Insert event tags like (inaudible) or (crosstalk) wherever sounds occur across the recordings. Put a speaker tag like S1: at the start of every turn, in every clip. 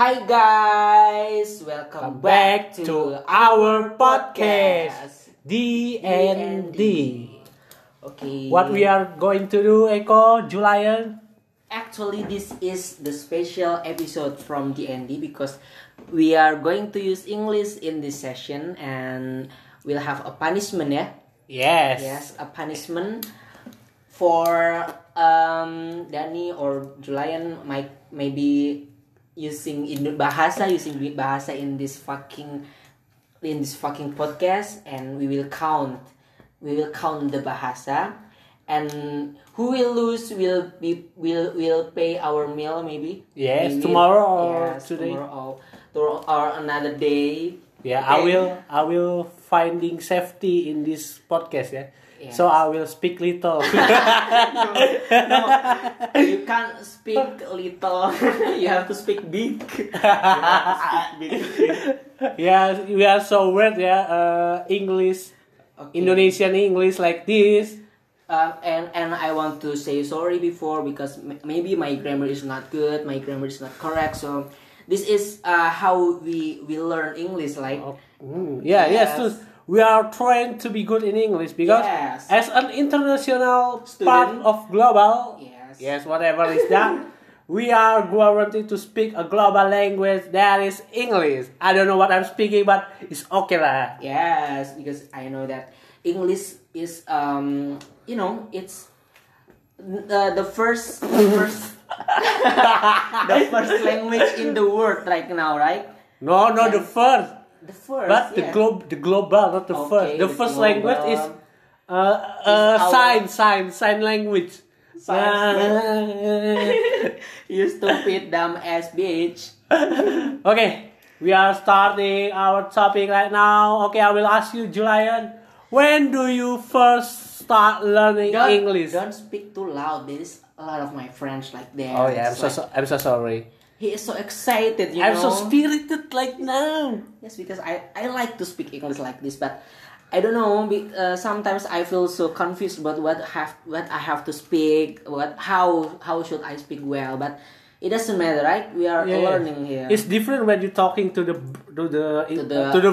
S1: Hi guys, welcome
S2: Come back to our
S1: podcast.
S2: podcast, D&D.
S1: Okay.
S2: What we are going to do, Eko, eh? Julian?
S1: actually this is the special episode from D&D because we are going to use English in this session and we'll have a punishment ya.
S2: Yes.
S1: Yes, a punishment for um Dani or Julian might maybe using in bahasa using bahasa in this fucking in this fucking podcast and we will count we will count the bahasa and who will lose will be will will pay our meal maybe
S2: Yes,
S1: Maybe-
S2: tomorrow or
S1: yes,
S2: today.
S1: tomorrow or, or another day
S2: Yeah, I
S1: Okay.
S2: will I will finding safety in this podcast, yeah. So I will speak (laughs) little.
S1: (laughs) you can't speak little. (laughs) you have to speak big. (laughs) You have to speak big.
S2: yeah, we are so weird, yeah. Uh, English,
S1: (laughs) Okay.
S2: Indonesian English like this.
S1: Uh, and and I want to say sorry before because m- maybe my grammar is not good. My grammar is not correct. So this is uh, how we we learn English. Like
S2: Mm, yeah,
S1: Yes.
S2: yes. so we are trained to be good in English because
S1: Yes.
S2: as an international part
S1: Student.
S2: of global,
S1: Yes.
S2: yes, whatever is that, we are guaranteed to speak a global language that is English. I don't know what I'm speaking, but it's okay lah.
S1: yes, because I know that English is um you know it's uh, the first the first (laughs) the first language in the world right now, right?
S2: No, no, the first,
S1: The first.
S2: but the
S1: yeah.
S2: globe, the global, not the
S1: Okay,
S2: first. The
S1: the
S2: first
S1: global.
S2: language is. Uh, uh,
S1: Is our-
S2: sign, sign, sign language.
S1: (laughs) You stupid dumb ass bitch.
S2: (laughs) Okay, we are starting our topic right now. Okay, I will ask you, Julian, when do you first start learning
S1: Don't,
S2: English?
S1: Don't speak too loud. There's a lot of my friends like that.
S2: Oh yeah, I'm
S1: It's
S2: so,
S1: like-
S2: so I'm so sorry.
S1: He is so excited, you
S2: I'm
S1: know.
S2: so spirited like now.
S1: yes, because I I like to speak English like this, but I don't know. be- Uh, sometimes I feel so confused about what have what I have to speak. What how how should I speak well? But it doesn't matter, right? We are
S2: Yeah.
S1: learning here.
S2: It's different when you're talking to the to the to
S1: the-
S2: the,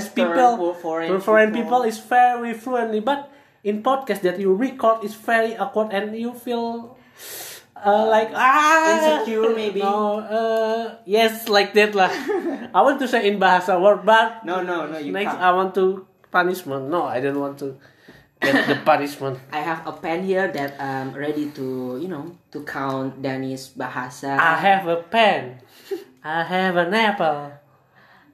S1: to Western
S2: people.
S1: or foreign
S2: to foreign
S1: people.
S2: people. is very fluently, but in podcast that you record is very awkward and you feel uh, like ah
S1: Insecure, maybe?
S2: No, uh, yes, like that
S1: (laughs)
S2: lah. I want to say in bahasa word, but
S1: No, no, no, you
S2: next
S1: can't.
S2: I want to punishment. No, I don't want to get
S1: (laughs)
S2: the punishment.
S1: I have a pen here that I'm ready to, you know, to count Dani's bahasa.
S2: I have a pen. I have an apple.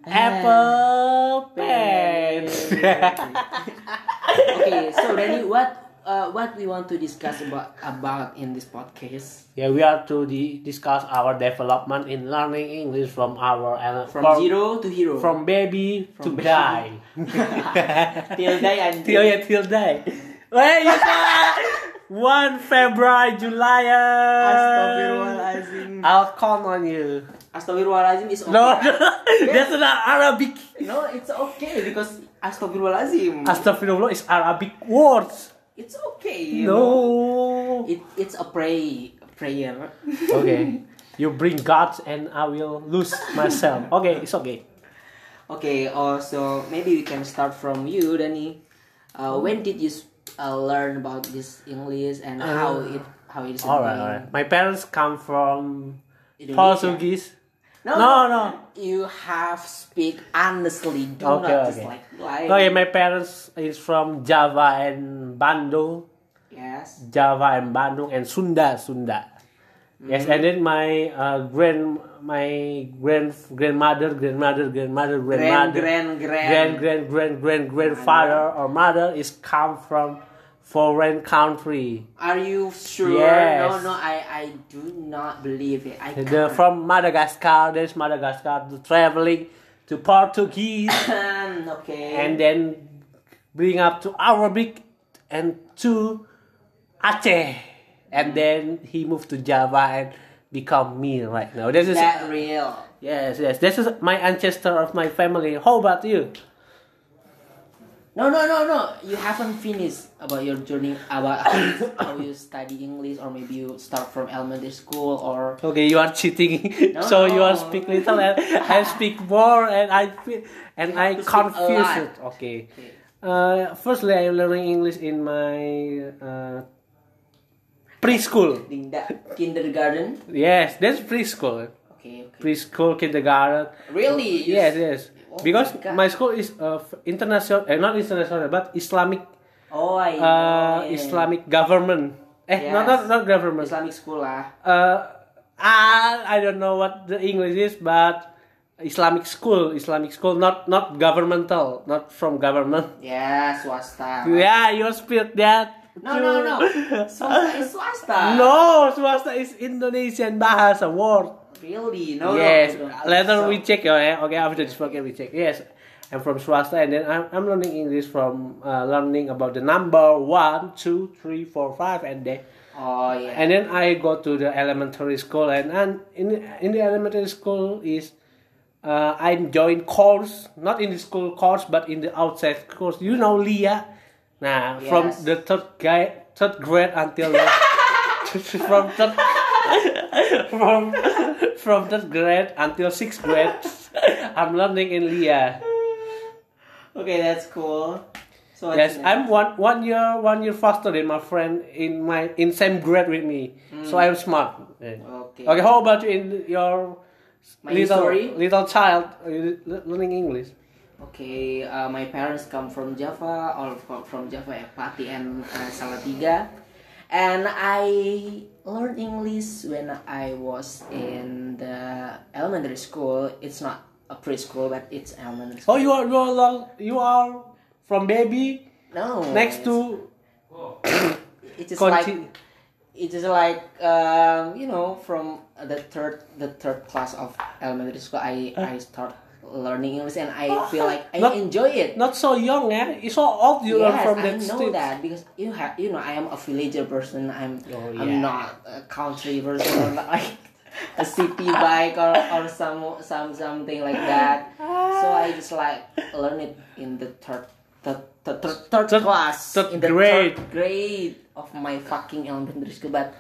S2: Apple pen.
S1: (laughs) okay, so Dani, what uh, what we want to discuss about about in this podcast
S2: yeah, we are to di- discuss our development in learning English from our ana-
S1: from zero to hero,
S2: from baby to
S1: baby.
S2: die.
S1: (laughs) till day and
S2: (laughs) till yeah, till die. Wait, you said one February, July.
S1: Astagfirullahalazim.
S2: I'll count on you.
S1: Astagfirullahalazim is okay.
S2: No, (laughs) no, that's not Arabic.
S1: No, it's okay because Astagfirullahalazim.
S2: Astaghfirullah is Arabic words.
S1: it's okay. you know.
S2: No.
S1: It it's a pray prayer.
S2: (laughs)
S1: (laughs)
S2: okay. You bring God and I will lose myself. Okay, it's okay.
S1: Okay, uh, so maybe we can start from you, Dani.
S2: Mm.
S1: Uh, when did you s- uh, learn about this English and how it how it is
S2: Uh, Alright,
S1: in
S2: alright. My parents come from
S1: Indonesia?
S2: Portuguese.
S1: No,
S2: No,
S1: no,
S2: no.
S1: You have speak honestly. Do
S2: Okay,
S1: not just
S2: okay.
S1: like lie.
S2: Oh yeah, my parents is from Java and Bandung.
S1: Yes.
S2: Java and Bandung and Sunda, Sunda. Yes, and then my uh, grand, my grand grandmother, grandmother, grandmother,
S1: Grand, grand,
S2: grandmother, grand,
S1: grand.
S2: grand, grand, grand, grandfather or mother is come from foreign country.
S1: Are you sure?
S2: Yes.
S1: No, no. I, I do not believe it. I
S2: The,
S1: can't.
S2: uh, from Madagascar, there's Madagascar to traveling to Portuguese
S1: Um, (clears throat) okay.
S2: and then bring up to Arabic and to Aceh. And then he moved to Java and become me right now. This is
S1: that real.
S2: yes, yes. This is my ancestor of my family. How about you?
S1: No, no, no, no. You haven't finished about your journey about how you, (coughs) how you study English or maybe you start from elementary school or
S2: Okay, you are cheating. (laughs) so you are
S1: no.
S2: speak little and I speak more and I feel and I
S1: have to speak a
S2: confuse
S1: lot.
S2: it. Okay. Uh, firstly, I'm learning English in my uh, preschool.
S1: Linda kindergarten.
S2: Yes, that's preschool.
S1: Okay, okay.
S2: Preschool, kindergarten.
S1: Really? You
S2: Yes,
S1: s-
S2: yes.
S1: Oh
S2: because
S1: my God.
S2: my school is uh, international, eh, not international, but Islamic,
S1: Oh, I know.
S2: uh,
S1: yeah.
S2: Islamic government. Eh, not, not
S1: Yes.
S2: not government.
S1: Islamic school ah. lah.
S2: uh, I, I don't know what the English is, but Islamic school, Islamic school, not not governmental, not from government.
S1: Ya, swasta.
S2: Yeah, you speak that.
S1: Ah. No, no,
S2: (laughs)
S1: no. Swasta is swasta.
S2: No, swasta is Indonesian bahasa word.
S1: Really? Oh, No,
S2: yes.
S1: no. no.
S2: Later
S1: So-
S2: we check. Okay, oh, eh? okay after this podcast we check. Yes, I'm from swasta, and then I'm, I'm learning English from uh, learning about the number one, two, three, four, five, and then
S1: Oh, yeah.
S2: and then I go to the elementary school and, and in in the elementary school is uh, I join course not in the school course but in the outside course you know Leah nah from
S1: Yes.
S2: the third guy third grade until the, (laughs) from third from from third grade until sixth grade I'm learning in Leah
S1: Okay, that's cool. So what's
S2: Yes,
S1: next?
S2: I'm one one year one year faster than my friend in my in same grade with me, so I'm smart. Yeah.
S1: Okay.
S2: Okay, how about you in your
S1: My
S2: little
S1: story?
S2: little child uh, le- learning English?
S1: Okay, uh, my parents come from Java, or fro- from Java, eh, Pati and uh, Salatiga, and I learned English when I was in the elementary school. It's not a preschool, but it's elementary. School.
S2: Oh, you are you are long, you are from baby
S1: No.
S2: next to
S1: it's just
S2: conti-
S1: like it is like um, you know from the third the third class of elementary school. I I start learning English, and I feel like I
S2: Not-
S1: enjoy it.
S2: not so young, eh? It's so old you learn
S1: yes,
S2: from
S1: I
S2: that
S1: know
S2: state.
S1: that because you have you know I am a villager person. I'm
S2: Oh, yeah.
S1: I'm not a country person or (laughs) not like a city bike or, or some some something like that. So I just like learn it in the third third third, third, third
S2: Third-
S1: class
S2: third
S1: in the
S2: grade.
S1: third grade of my fucking elementary school. But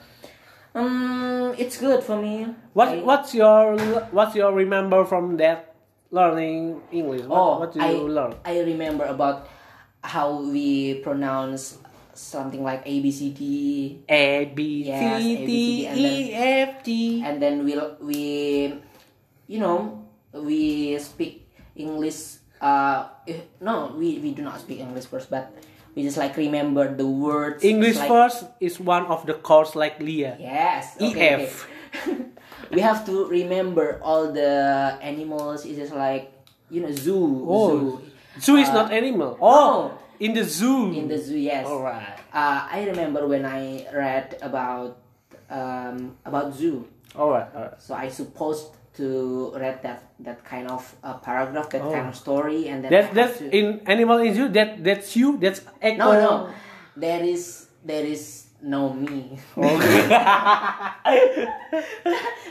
S1: um, it's good for me.
S2: What
S1: I-
S2: what's your what's your remember from that learning English? What,
S1: Oh,
S2: what do
S1: I,
S2: you learn?
S1: I remember about how we pronounce something like A B C D
S2: A B
S1: Yes,
S2: C
S1: A,
S2: D
S1: B, C, D, and
S2: E F G.
S1: and then we we you know we speak english uh eh, no we we do not speak english first but we just like remember the words
S2: English
S1: like,
S2: first is one of the course like Leah.
S1: yes okay, okay.
S2: EF.
S1: (laughs) we have to remember all the animals it's just like you know zoo
S2: Oh,
S1: zoo
S2: zoo is not animal. Oh,
S1: Uh, no.
S2: in the zoo.
S1: in the zoo yes
S2: Alright.
S1: uh, i remember when i read about um about zoo
S2: Alright. Alright.
S1: So I supposed to read that that kind of uh, paragraph, that kind of story, and then I
S2: Oh. That
S1: have
S2: that's
S1: to-
S2: in animal in zoo. That that's you. That's echo.
S1: no no. There is there is no me. (laughs)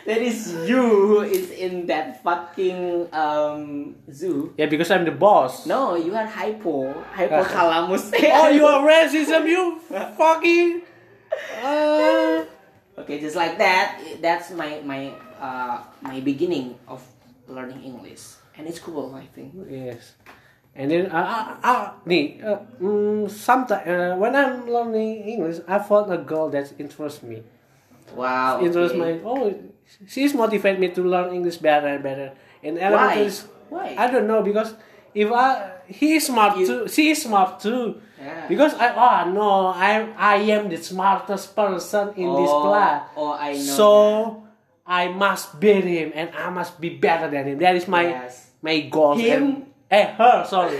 S1: there is you who is in that fucking um zoo.
S2: Yeah, because I'm the boss.
S1: No, you are hypo
S2: (laughs)
S1: hypothalamus.
S2: Oh, you are racism. You fucking. Uh,
S1: okay, just like that. That's my my uh my beginning of learning English, and it's cool. I think.
S2: yes. And then uh, uh, uh, nih, uh, mm, sometimes uh, when I'm learning English, I found a girl that interests me.
S1: Wow.
S2: Interest
S1: okay.
S2: my oh, she's motivated me to learn English better and better. In elementary, s-
S1: Why?
S2: I don't know because if I he is smart
S1: You-
S2: too, she is smart too.
S1: Yeah.
S2: Because I oh no, I I am the smartest person in this
S1: Oh,
S2: class.
S1: oh, I know
S2: So I must beat him and I must be better than him. That is my
S1: Yes.
S2: my goal.
S1: Him?
S2: And, eh, her.
S1: (laughs)
S2: Sorry,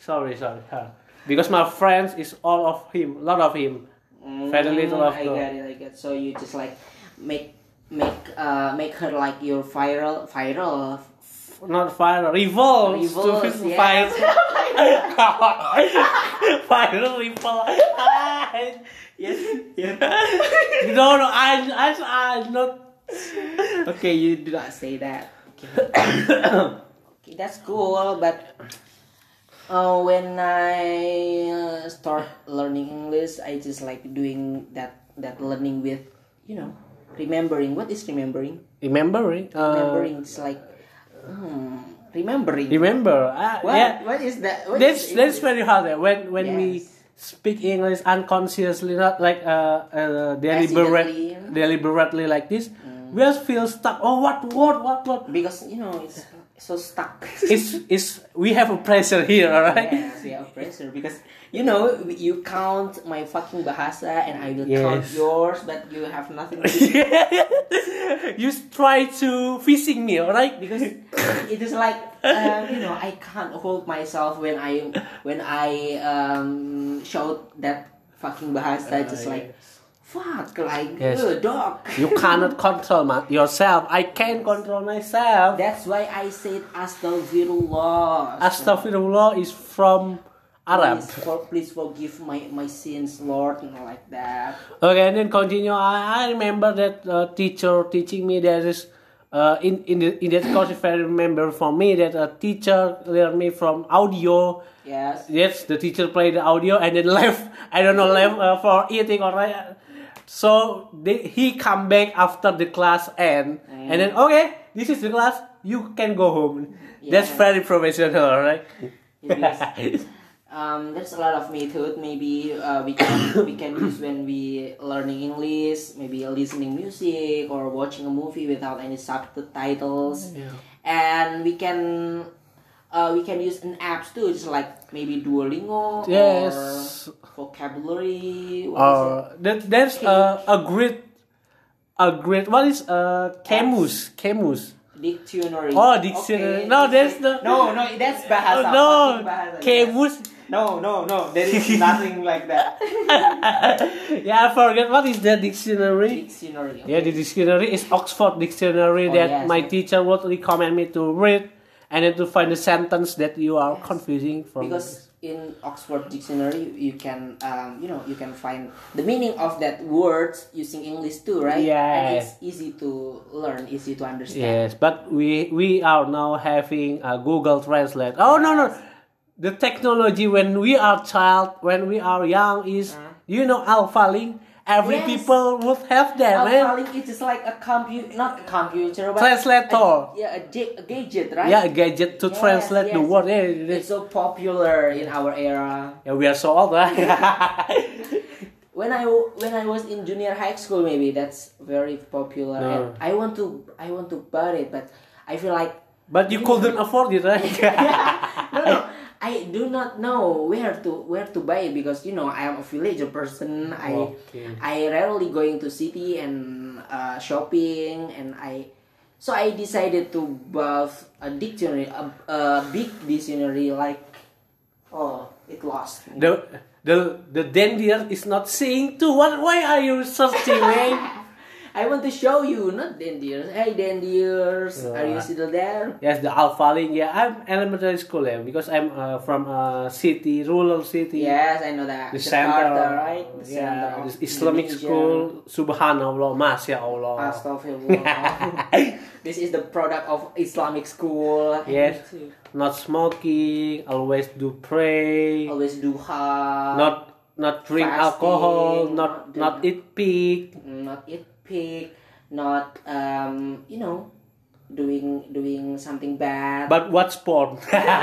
S2: sorry, sorry, her. Because my friends is all of him, lot of him, very little
S1: Mm,
S2: of
S1: I
S2: her.
S1: get it, I get it. So you just like make make uh make her like your viral viral
S2: not viral, revolve,
S1: Revolves,
S2: (laughs) stupid
S1: yes.
S2: viral, viral revolve.
S1: Yes.
S2: (laughs) no, no, I, I, I not.
S1: okay,
S2: (coughs)
S1: you do not say that. Okay. okay, that's cool, but uh, when I uh, start learning English, I just like doing that that learning with, you know, remembering. What is remembering?
S2: Remembering. Uh,
S1: Remembering is like, hmm, remembering.
S2: remember. Ah,
S1: What
S2: yeah.
S1: what is that? What is
S2: that's that's
S1: English?
S2: very hard eh? when when we
S1: Yes.
S2: speak English unconsciously, not like uh, uh deliberate,
S1: Accidentally. Mm.
S2: deliberately like this. We just feel stuck. Oh, what word? What word?
S1: because you know it's so (laughs) stuck.
S2: It's it's we have a pressure here, alright?
S1: Yes, yeah, oppressor. Because you know, you count my fucking bahasa and I will count
S2: Yes.
S1: yours, but you have nothing. To do. (laughs)
S2: (laughs) you try to fishing me, alright?
S1: because it is like um, you know I can't hold myself when I when I um, shout that fucking bahasa just like fuck like
S2: Uh, Yes.
S1: "Ugh, dog.
S2: you cannot control ma- yourself. I can control myself.
S1: That's why I said astagfirullah.
S2: Astaghfirullah is from Arab.
S1: Please, for, please forgive my, my sins, Lord, and like that.
S2: Okay, and then continue. I, I remember that uh, teacher teaching me that is uh, in in the, in that course. If I remember for me that a teacher learned me from audio.
S1: Yes.
S2: Yes, the teacher played the audio and then (laughs) left. I don't know left uh, for eating or right. So they, he come back after the class end, and then okay, this is the class. You can go home. That's
S1: Yeah.
S2: very professional, right?
S1: It is. Um, there's a lot of method. Maybe uh, we can (coughs) we can use when we learning English. Maybe listening music or watching a movie without any
S2: Mm-hmm.
S1: subtitles. And we can uh, we can use an apps too, just like maybe Duolingo
S2: Yes.
S1: or vocabulary. What is it?
S2: (laughs) Uh, that, that's a, a great, a great. What is uh Camus? Camus.
S1: Dictionary.
S2: Oh, dictionary. No, that's the-
S1: No, no, that's bahasa. fucking
S2: Oh, (laughs) no,
S1: bahasa.
S2: Camus.
S1: No, no, no. There is nothing like that. (laughs)
S2: yeah, I forget what is the dictionary.
S1: Dictionary.
S2: Yeah, the dictionary is Oxford Dictionary
S1: Oh,
S2: that
S1: yes.
S2: my teacher would recommend me to read, and then to find the sentence that you are confusing from.
S1: because in Oxford Dictionary you can um, you know you can find the meaning of that word using English too, right? And
S2: Yeah.
S1: it's easy to learn, easy to understand.
S2: Yes, but we we are now having a Google Translate. Oh no no, the technology when we are child, when we are young is you know Alpha Link. Every
S1: Uh-huh. Yes.
S2: people would have that eh? man.
S1: Alpha Link it is like a computer, not a computer, but
S2: Translator.
S1: A, yeah, a, ga- a gadget, right?
S2: Yeah, a gadget to
S1: Yes,
S2: translate the
S1: yes.
S2: word. Yeah, it
S1: It's
S2: is.
S1: so popular in our era.
S2: Yeah, we are so old, right? (laughs)
S1: When I when I was in junior high school, maybe that's very popular, and I want to I want to buy it, but I feel like
S2: but you couldn't afford
S1: (laughs)
S2: it, right?
S1: no, no. I do not know where to where to buy it because you know I am a villager person. I
S2: Okay.
S1: I rarely going to city and uh, shopping and I so I decided to buy a dictionary a, a big dictionary like oh it lost me.
S2: the the the dandier is not seeing too. What? Why are you searching, man?
S1: I want to show you not dandiers hey dandiers are you still there
S2: Yes, the Alpha Link. Yeah, I'm elementary school yeah, because I'm uh, from a city, rural city.
S1: yes I know that
S2: The
S1: Jakarta,
S2: center,
S1: right the
S2: yeah,
S1: center of
S2: this Islamic
S1: Indonesia.
S2: school. Subhanallah, Masya Allah. (laughs)
S1: Astagfirullah. this is the product of Islamic school.
S2: Yes. Not smoking, always do pray,
S1: Always duha.
S2: not not drink
S1: Fasting,
S2: alcohol,
S1: not
S2: not
S1: do-
S2: not eat pig.
S1: not eat pig. Not um you know doing doing something bad.
S2: But what's porn? (laughs)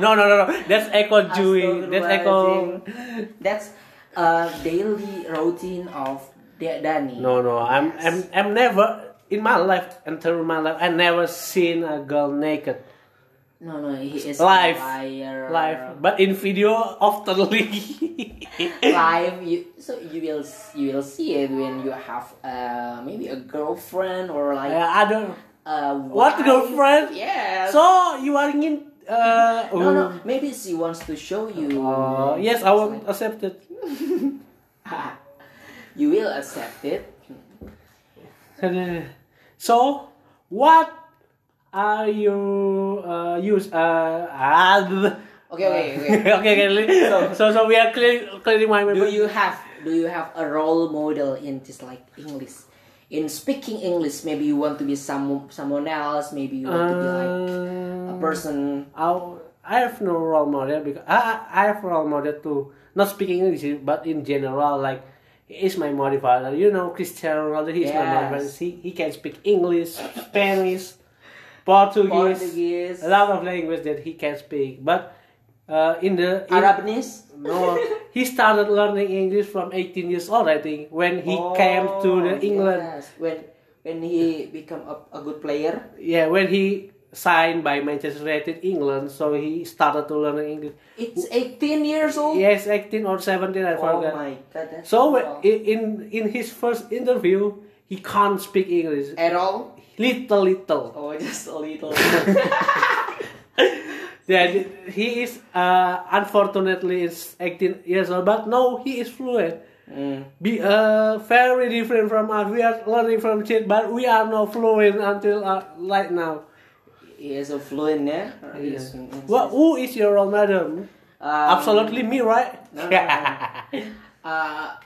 S2: no, no, no, no. That's echo Jewish. That's echo.
S1: (laughs) That's a daily routine of Da- Dani.
S2: No, no. I'm I'm I'm never in my life until my life. I never seen a girl naked.
S1: no, no, He is
S2: Life.
S1: a liar.
S2: live, but in video (laughs) oftenly.
S1: live you so you will s- you will see it when you have uh maybe a girlfriend or like
S2: yeah, I don't.
S1: Uh,
S2: What
S1: wife?
S2: girlfriend?
S1: Yes.
S2: So you are in. Uh,
S1: no, no. Maybe she wants to show you.
S2: Uh, yes, I will accept it.
S1: (laughs) you will accept it.
S2: (laughs) So, what are you uh, use? Uh, ad-
S1: Okay, okay, okay.
S2: (laughs) okay, okay. li- So, so, we are clear, clearing my
S1: do
S2: memory.
S1: you have do you have a role model in this like English? In speaking English, maybe you want to be some someone else. Maybe you want to be like
S2: Uh,
S1: a person.
S2: I'll- I have no role model because I I I have role model too. Not speaking English, but in general, like he is my modifier. You know, Cristiano Ronaldo. He's my
S1: Yes.
S2: modifier. He he can speak English, Spanish, Portuguese,
S1: Portuguese.
S2: a lot of language that he can speak. But uh, in the in,
S1: Arabness.
S2: no,
S1: (laughs)
S2: he started learning English from 18 years old, I think, when he came to the
S1: Oh,
S2: England.
S1: yes. When when he become a, a good player.
S2: Yeah, when he signed by Manchester United England, so he started to learn English.
S1: It's 18 years old.
S2: Yes, 18 or 17, I
S1: Oh
S2: forgot.
S1: my god. That's
S2: so when-
S1: awful.
S2: i- in in his first interview, he can't speak English.
S1: at all?
S2: Little, little.
S1: Oh, (laughs) just a little.
S2: Then he is uh, unfortunately is 18 years old, but no, he is fluent.
S1: Mm.
S2: Be uh, very different from us. We are learning from Chin, but we are not fluent until uh, right now.
S1: He is a fluent, yeah. Yes.
S2: Wha- who is your role model?
S1: Um,
S2: Absolutely me, right?
S1: (laughs) no, no, Uh,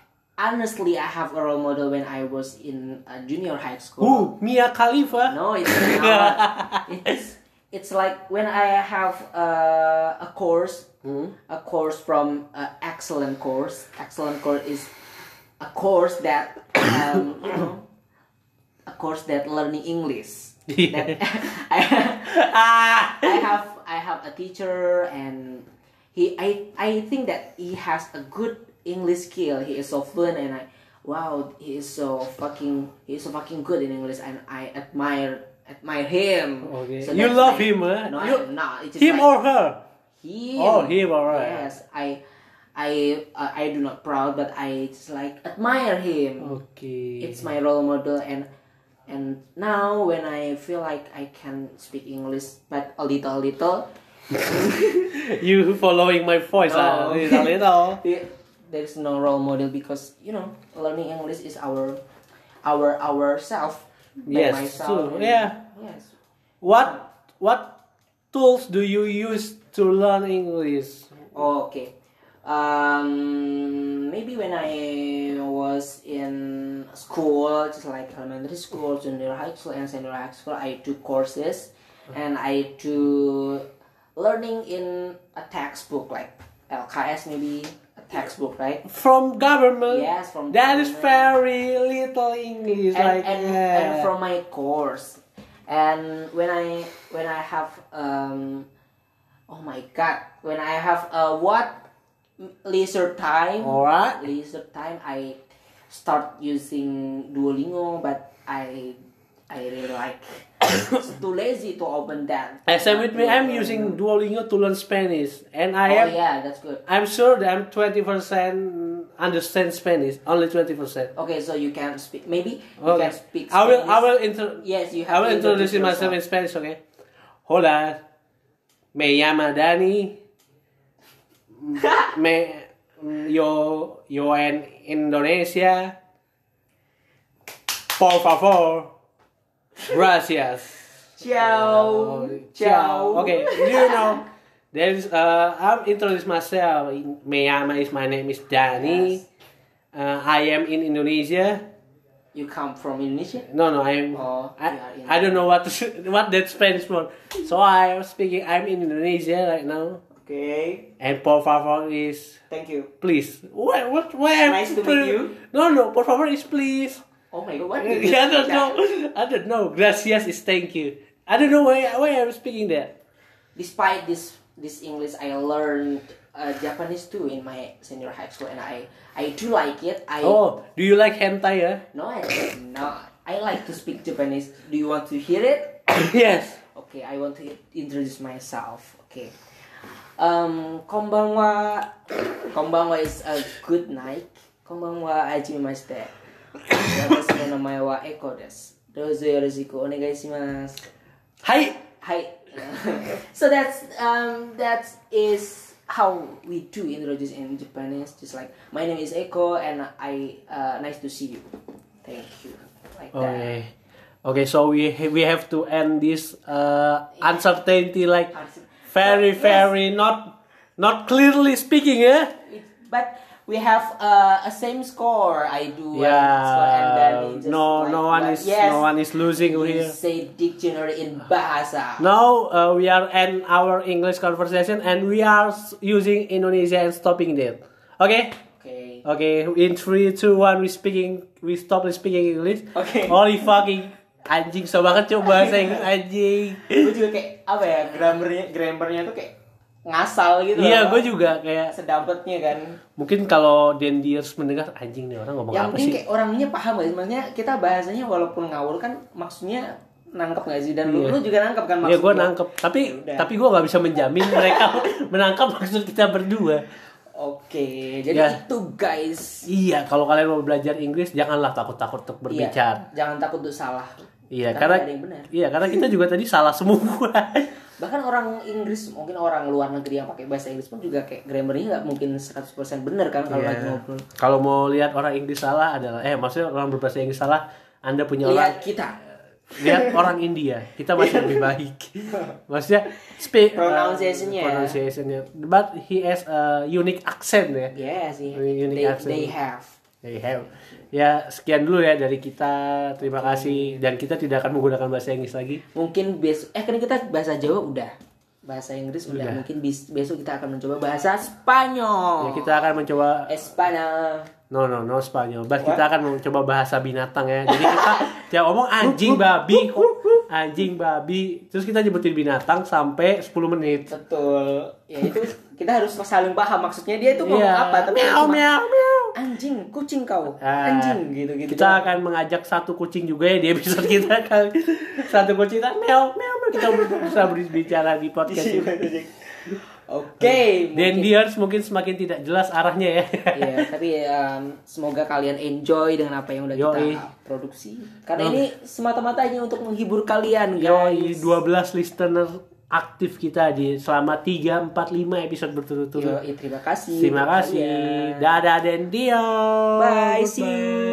S1: honestly, I have a role model when I was in uh, junior high school.
S2: Who? Mia Khalifa?
S1: No, it's not. it's it's like when I have uh, a course, a course from uh, excellent course. Excellent course is a course that um, (coughs) you know, a course that learning English. (laughs)
S2: Yeah.
S1: I,
S2: (laughs) ah!
S1: I have I have a teacher and he I I think that he has a good English skill. He is so fluent and I wow he is so fucking he is so fucking good in English and I admire admire him.
S2: Okay.
S1: So
S2: you
S1: that's
S2: love
S1: like-
S2: him, huh?
S1: No,
S2: You-
S1: I, no, it's
S2: him
S1: like
S2: or her?
S1: him.
S2: Oh, him, alright.
S1: Yes, I I uh, I do not proud, but I just like admire him
S2: Oh, Okay.
S1: it's my role model and and now when I feel like I can speak English but a little little
S2: you following my voice
S1: No.
S2: uh, a
S1: (laughs)
S2: little, little.
S1: the- there's no role model because you know learning English is our our ourself by
S2: Yes,
S1: myself and-
S2: true. Yeah.
S1: yes
S2: What what tools do you use to learn English?
S1: oh, okay um maybe when I was in school just like elementary school junior high school and senior high school I took courses
S2: Uh-huh.
S1: and I do learning in a textbook like LKS maybe a textbook right
S2: From government?
S1: yes from
S2: That is
S1: government.
S2: very little English,
S1: and,
S2: like
S1: and,
S2: yeah.
S1: and from my course and when i when i have um oh my god when i have uh what leisure time
S2: Alright.
S1: leisure time i start using duolingo but i i really like it's too lazy to open that
S2: As I'm with me, I'm using Duolingo to learn Spanish, and I
S1: Mm. oh
S2: am
S1: yeah that's good
S2: I'm sure that I'm twenty percent understand Spanish, only twenty percent.
S1: okay so you can speak maybe you can
S2: Okay.
S1: speak
S2: I will I
S1: Spanish.
S2: will inter
S1: yes you have
S2: I
S1: to
S2: will introduce myself in
S1: yourself.
S2: Spanish, okay? Hola, me llama Dani. me yo yo en Indonesia. Por favor, gracias.
S1: ciao ciao
S2: Okay, you know, there's uh, I'll introduce myself. Me llama is my name is Dani.
S1: Yes.
S2: Uh, I am in Indonesia.
S1: You come from Indonesia?
S2: No, no, I'm.
S1: Oh,
S2: I,
S1: you are in-
S2: I don't know what to, what that Spanish for. So I'm speaking. I'm in Indonesia right now.
S1: Okay.
S2: And por favor is
S1: Thank you.
S2: please. What what where?
S1: Nice to meet you.
S2: No, no, por favor is
S1: (laughs)
S2: please.
S1: Oh my god, what did you
S2: (laughs) I don't
S1: say
S2: know. I don't know. Gracias is thank you. I don't know why why I'm speaking that.
S1: Despite this this English, I learned uh, Japanese too in my senior high school, and I I do like it. I
S2: Oh, do you like hentai? eh? Huh?
S1: no, I did not. I like to speak Japanese. Do you want to hear it?
S2: (laughs) yes.
S1: Okay, I want to introduce myself. Okay. Um, konbanwa. Konbanwa is a good night. Konbanwa, ajimashite. (coughs) Watashi no namae wa Eko desu. Dozo yoroshiku onegaishimasu.
S2: Hi.
S1: Hi. (laughs) so that's um that is how we do introduce in Japanese. Just like my name is Eko and I uh, nice to see you. Thank you. Like that.
S2: Okay. Oh, Okay, so we we have to end this uh, uncertainty like
S1: Uncer-
S2: very
S1: Yes.
S2: very not not clearly speaking, eh?
S1: It, but we have uh, a same score. I do. uh, score and then
S2: yeah.
S1: he just
S2: No,
S1: like,
S2: no one
S1: like,
S2: is
S1: yes,
S2: no one is losing
S1: you
S2: here.
S1: say dictionary
S2: (sighs)
S1: in bahasa.
S2: Now uh, we are end our English conversation and we are s- using Indonesia and stopping there. Okay,
S1: Okay.
S2: okay. In three, two, one, we speaking. We stop speaking English.
S1: Okay.
S2: Holy fucking anjing, so banget coba bahasa Inggris anjing.
S1: gue juga kayak apa ya grammarnya grammarnya tuh kayak ngasal gitu.
S2: Iya,
S1: loh.
S2: gue juga kayak
S1: sedapetnya kan.
S2: mungkin kalau Dendiers mendengar anjing nih orang ngomong
S1: Yang
S2: apa
S1: penting Ya,
S2: sih?
S1: kayak orangnya paham gak sih? Maksudnya kita bahasanya walaupun ngawur kan maksudnya nangkep gak sih? Dan lu,
S2: Iya.
S1: lu juga nangkep kan
S2: Iya,
S1: maksudnya.
S2: gue nangkep. Tapi
S1: Yaudah.
S2: tapi gue nggak bisa menjamin (laughs) mereka menangkap maksud kita berdua.
S1: Oke, jadi
S2: Ya.
S1: itu guys.
S2: Iya, kalau kalian mau belajar Inggris janganlah takut-takut untuk
S1: Iya,
S2: berbicara.
S1: jangan takut untuk salah.
S2: Iya,
S1: Karena
S2: karena,
S1: ada yang benar.
S2: iya karena kita juga tadi salah semua. (laughs)
S1: Bahkan orang Inggris, mungkin orang luar negeri yang pakai bahasa Inggris pun juga kayak grammarnya nggak mungkin 100% bener kan kalau lagi
S2: Iya.
S1: ngobrol.
S2: Kalau mau lihat orang Inggris salah adalah eh maksudnya orang berbahasa Inggris salah, Anda punya orang
S1: Lihat Iya, kita.
S2: lihat orang India, kita masih lebih
S1: (laughs)
S2: baik. maksudnya speak
S1: Pronunciation-nya ya.
S2: pronunciation-nya. But he has a unique accent
S1: Iya.
S2: ya.
S1: Yes, yeah.
S2: Unique
S1: they,
S2: accent.
S1: they have.
S2: They have. Ya, sekian dulu ya dari kita. Terima kasih dan kita tidak akan menggunakan bahasa Inggris lagi.
S1: Mungkin besok eh kan kita bahasa Jawa udah. Bahasa Inggris udah.
S2: Udah.
S1: Mungkin bis- besok kita akan mencoba bahasa Spanyol.
S2: Ya, kita akan mencoba
S1: Espana.
S2: No no no Spanyol. But kita akan mencoba bahasa binatang ya. Jadi kita
S1: (laughs)
S2: tiap ngomong anjing babi, anjing babi. Terus kita nyebutin binatang sampai 10 menit.
S1: Betul. Ya itu kita harus saling paham maksudnya dia itu ngomong
S2: Iya.
S1: apa tapi
S2: Meow
S1: cuma,
S2: meow meow.
S1: anjing, kucing kau. (laughs)
S2: Ah,
S1: anjing gitu-gitu.
S2: Kita akan mengajak satu kucing juga ya di episode kita kali. (laughs) Satu kucing kita meow meow meow. kita bisa berbicara di podcast
S1: Oke.
S2: ini.
S1: Iya.
S2: Dan
S1: mungkin-
S2: Dears mungkin semakin tidak jelas arahnya
S1: (laughs)
S2: ya.
S1: Iya, tapi em, semoga kalian enjoy dengan apa yang udah
S2: Yoi.
S1: kita produksi. Karena ini semata-mata hanya untuk menghibur kalian,
S2: Yoi,
S1: guys.
S2: 12 listener aktif kita di selama 3 4 5 episode berturut-turut.
S1: Yoi, terima kasih.
S2: Terima
S1: untuk
S2: kasih.
S1: kalian.
S2: Dadah dan dia.
S1: Bye, see you.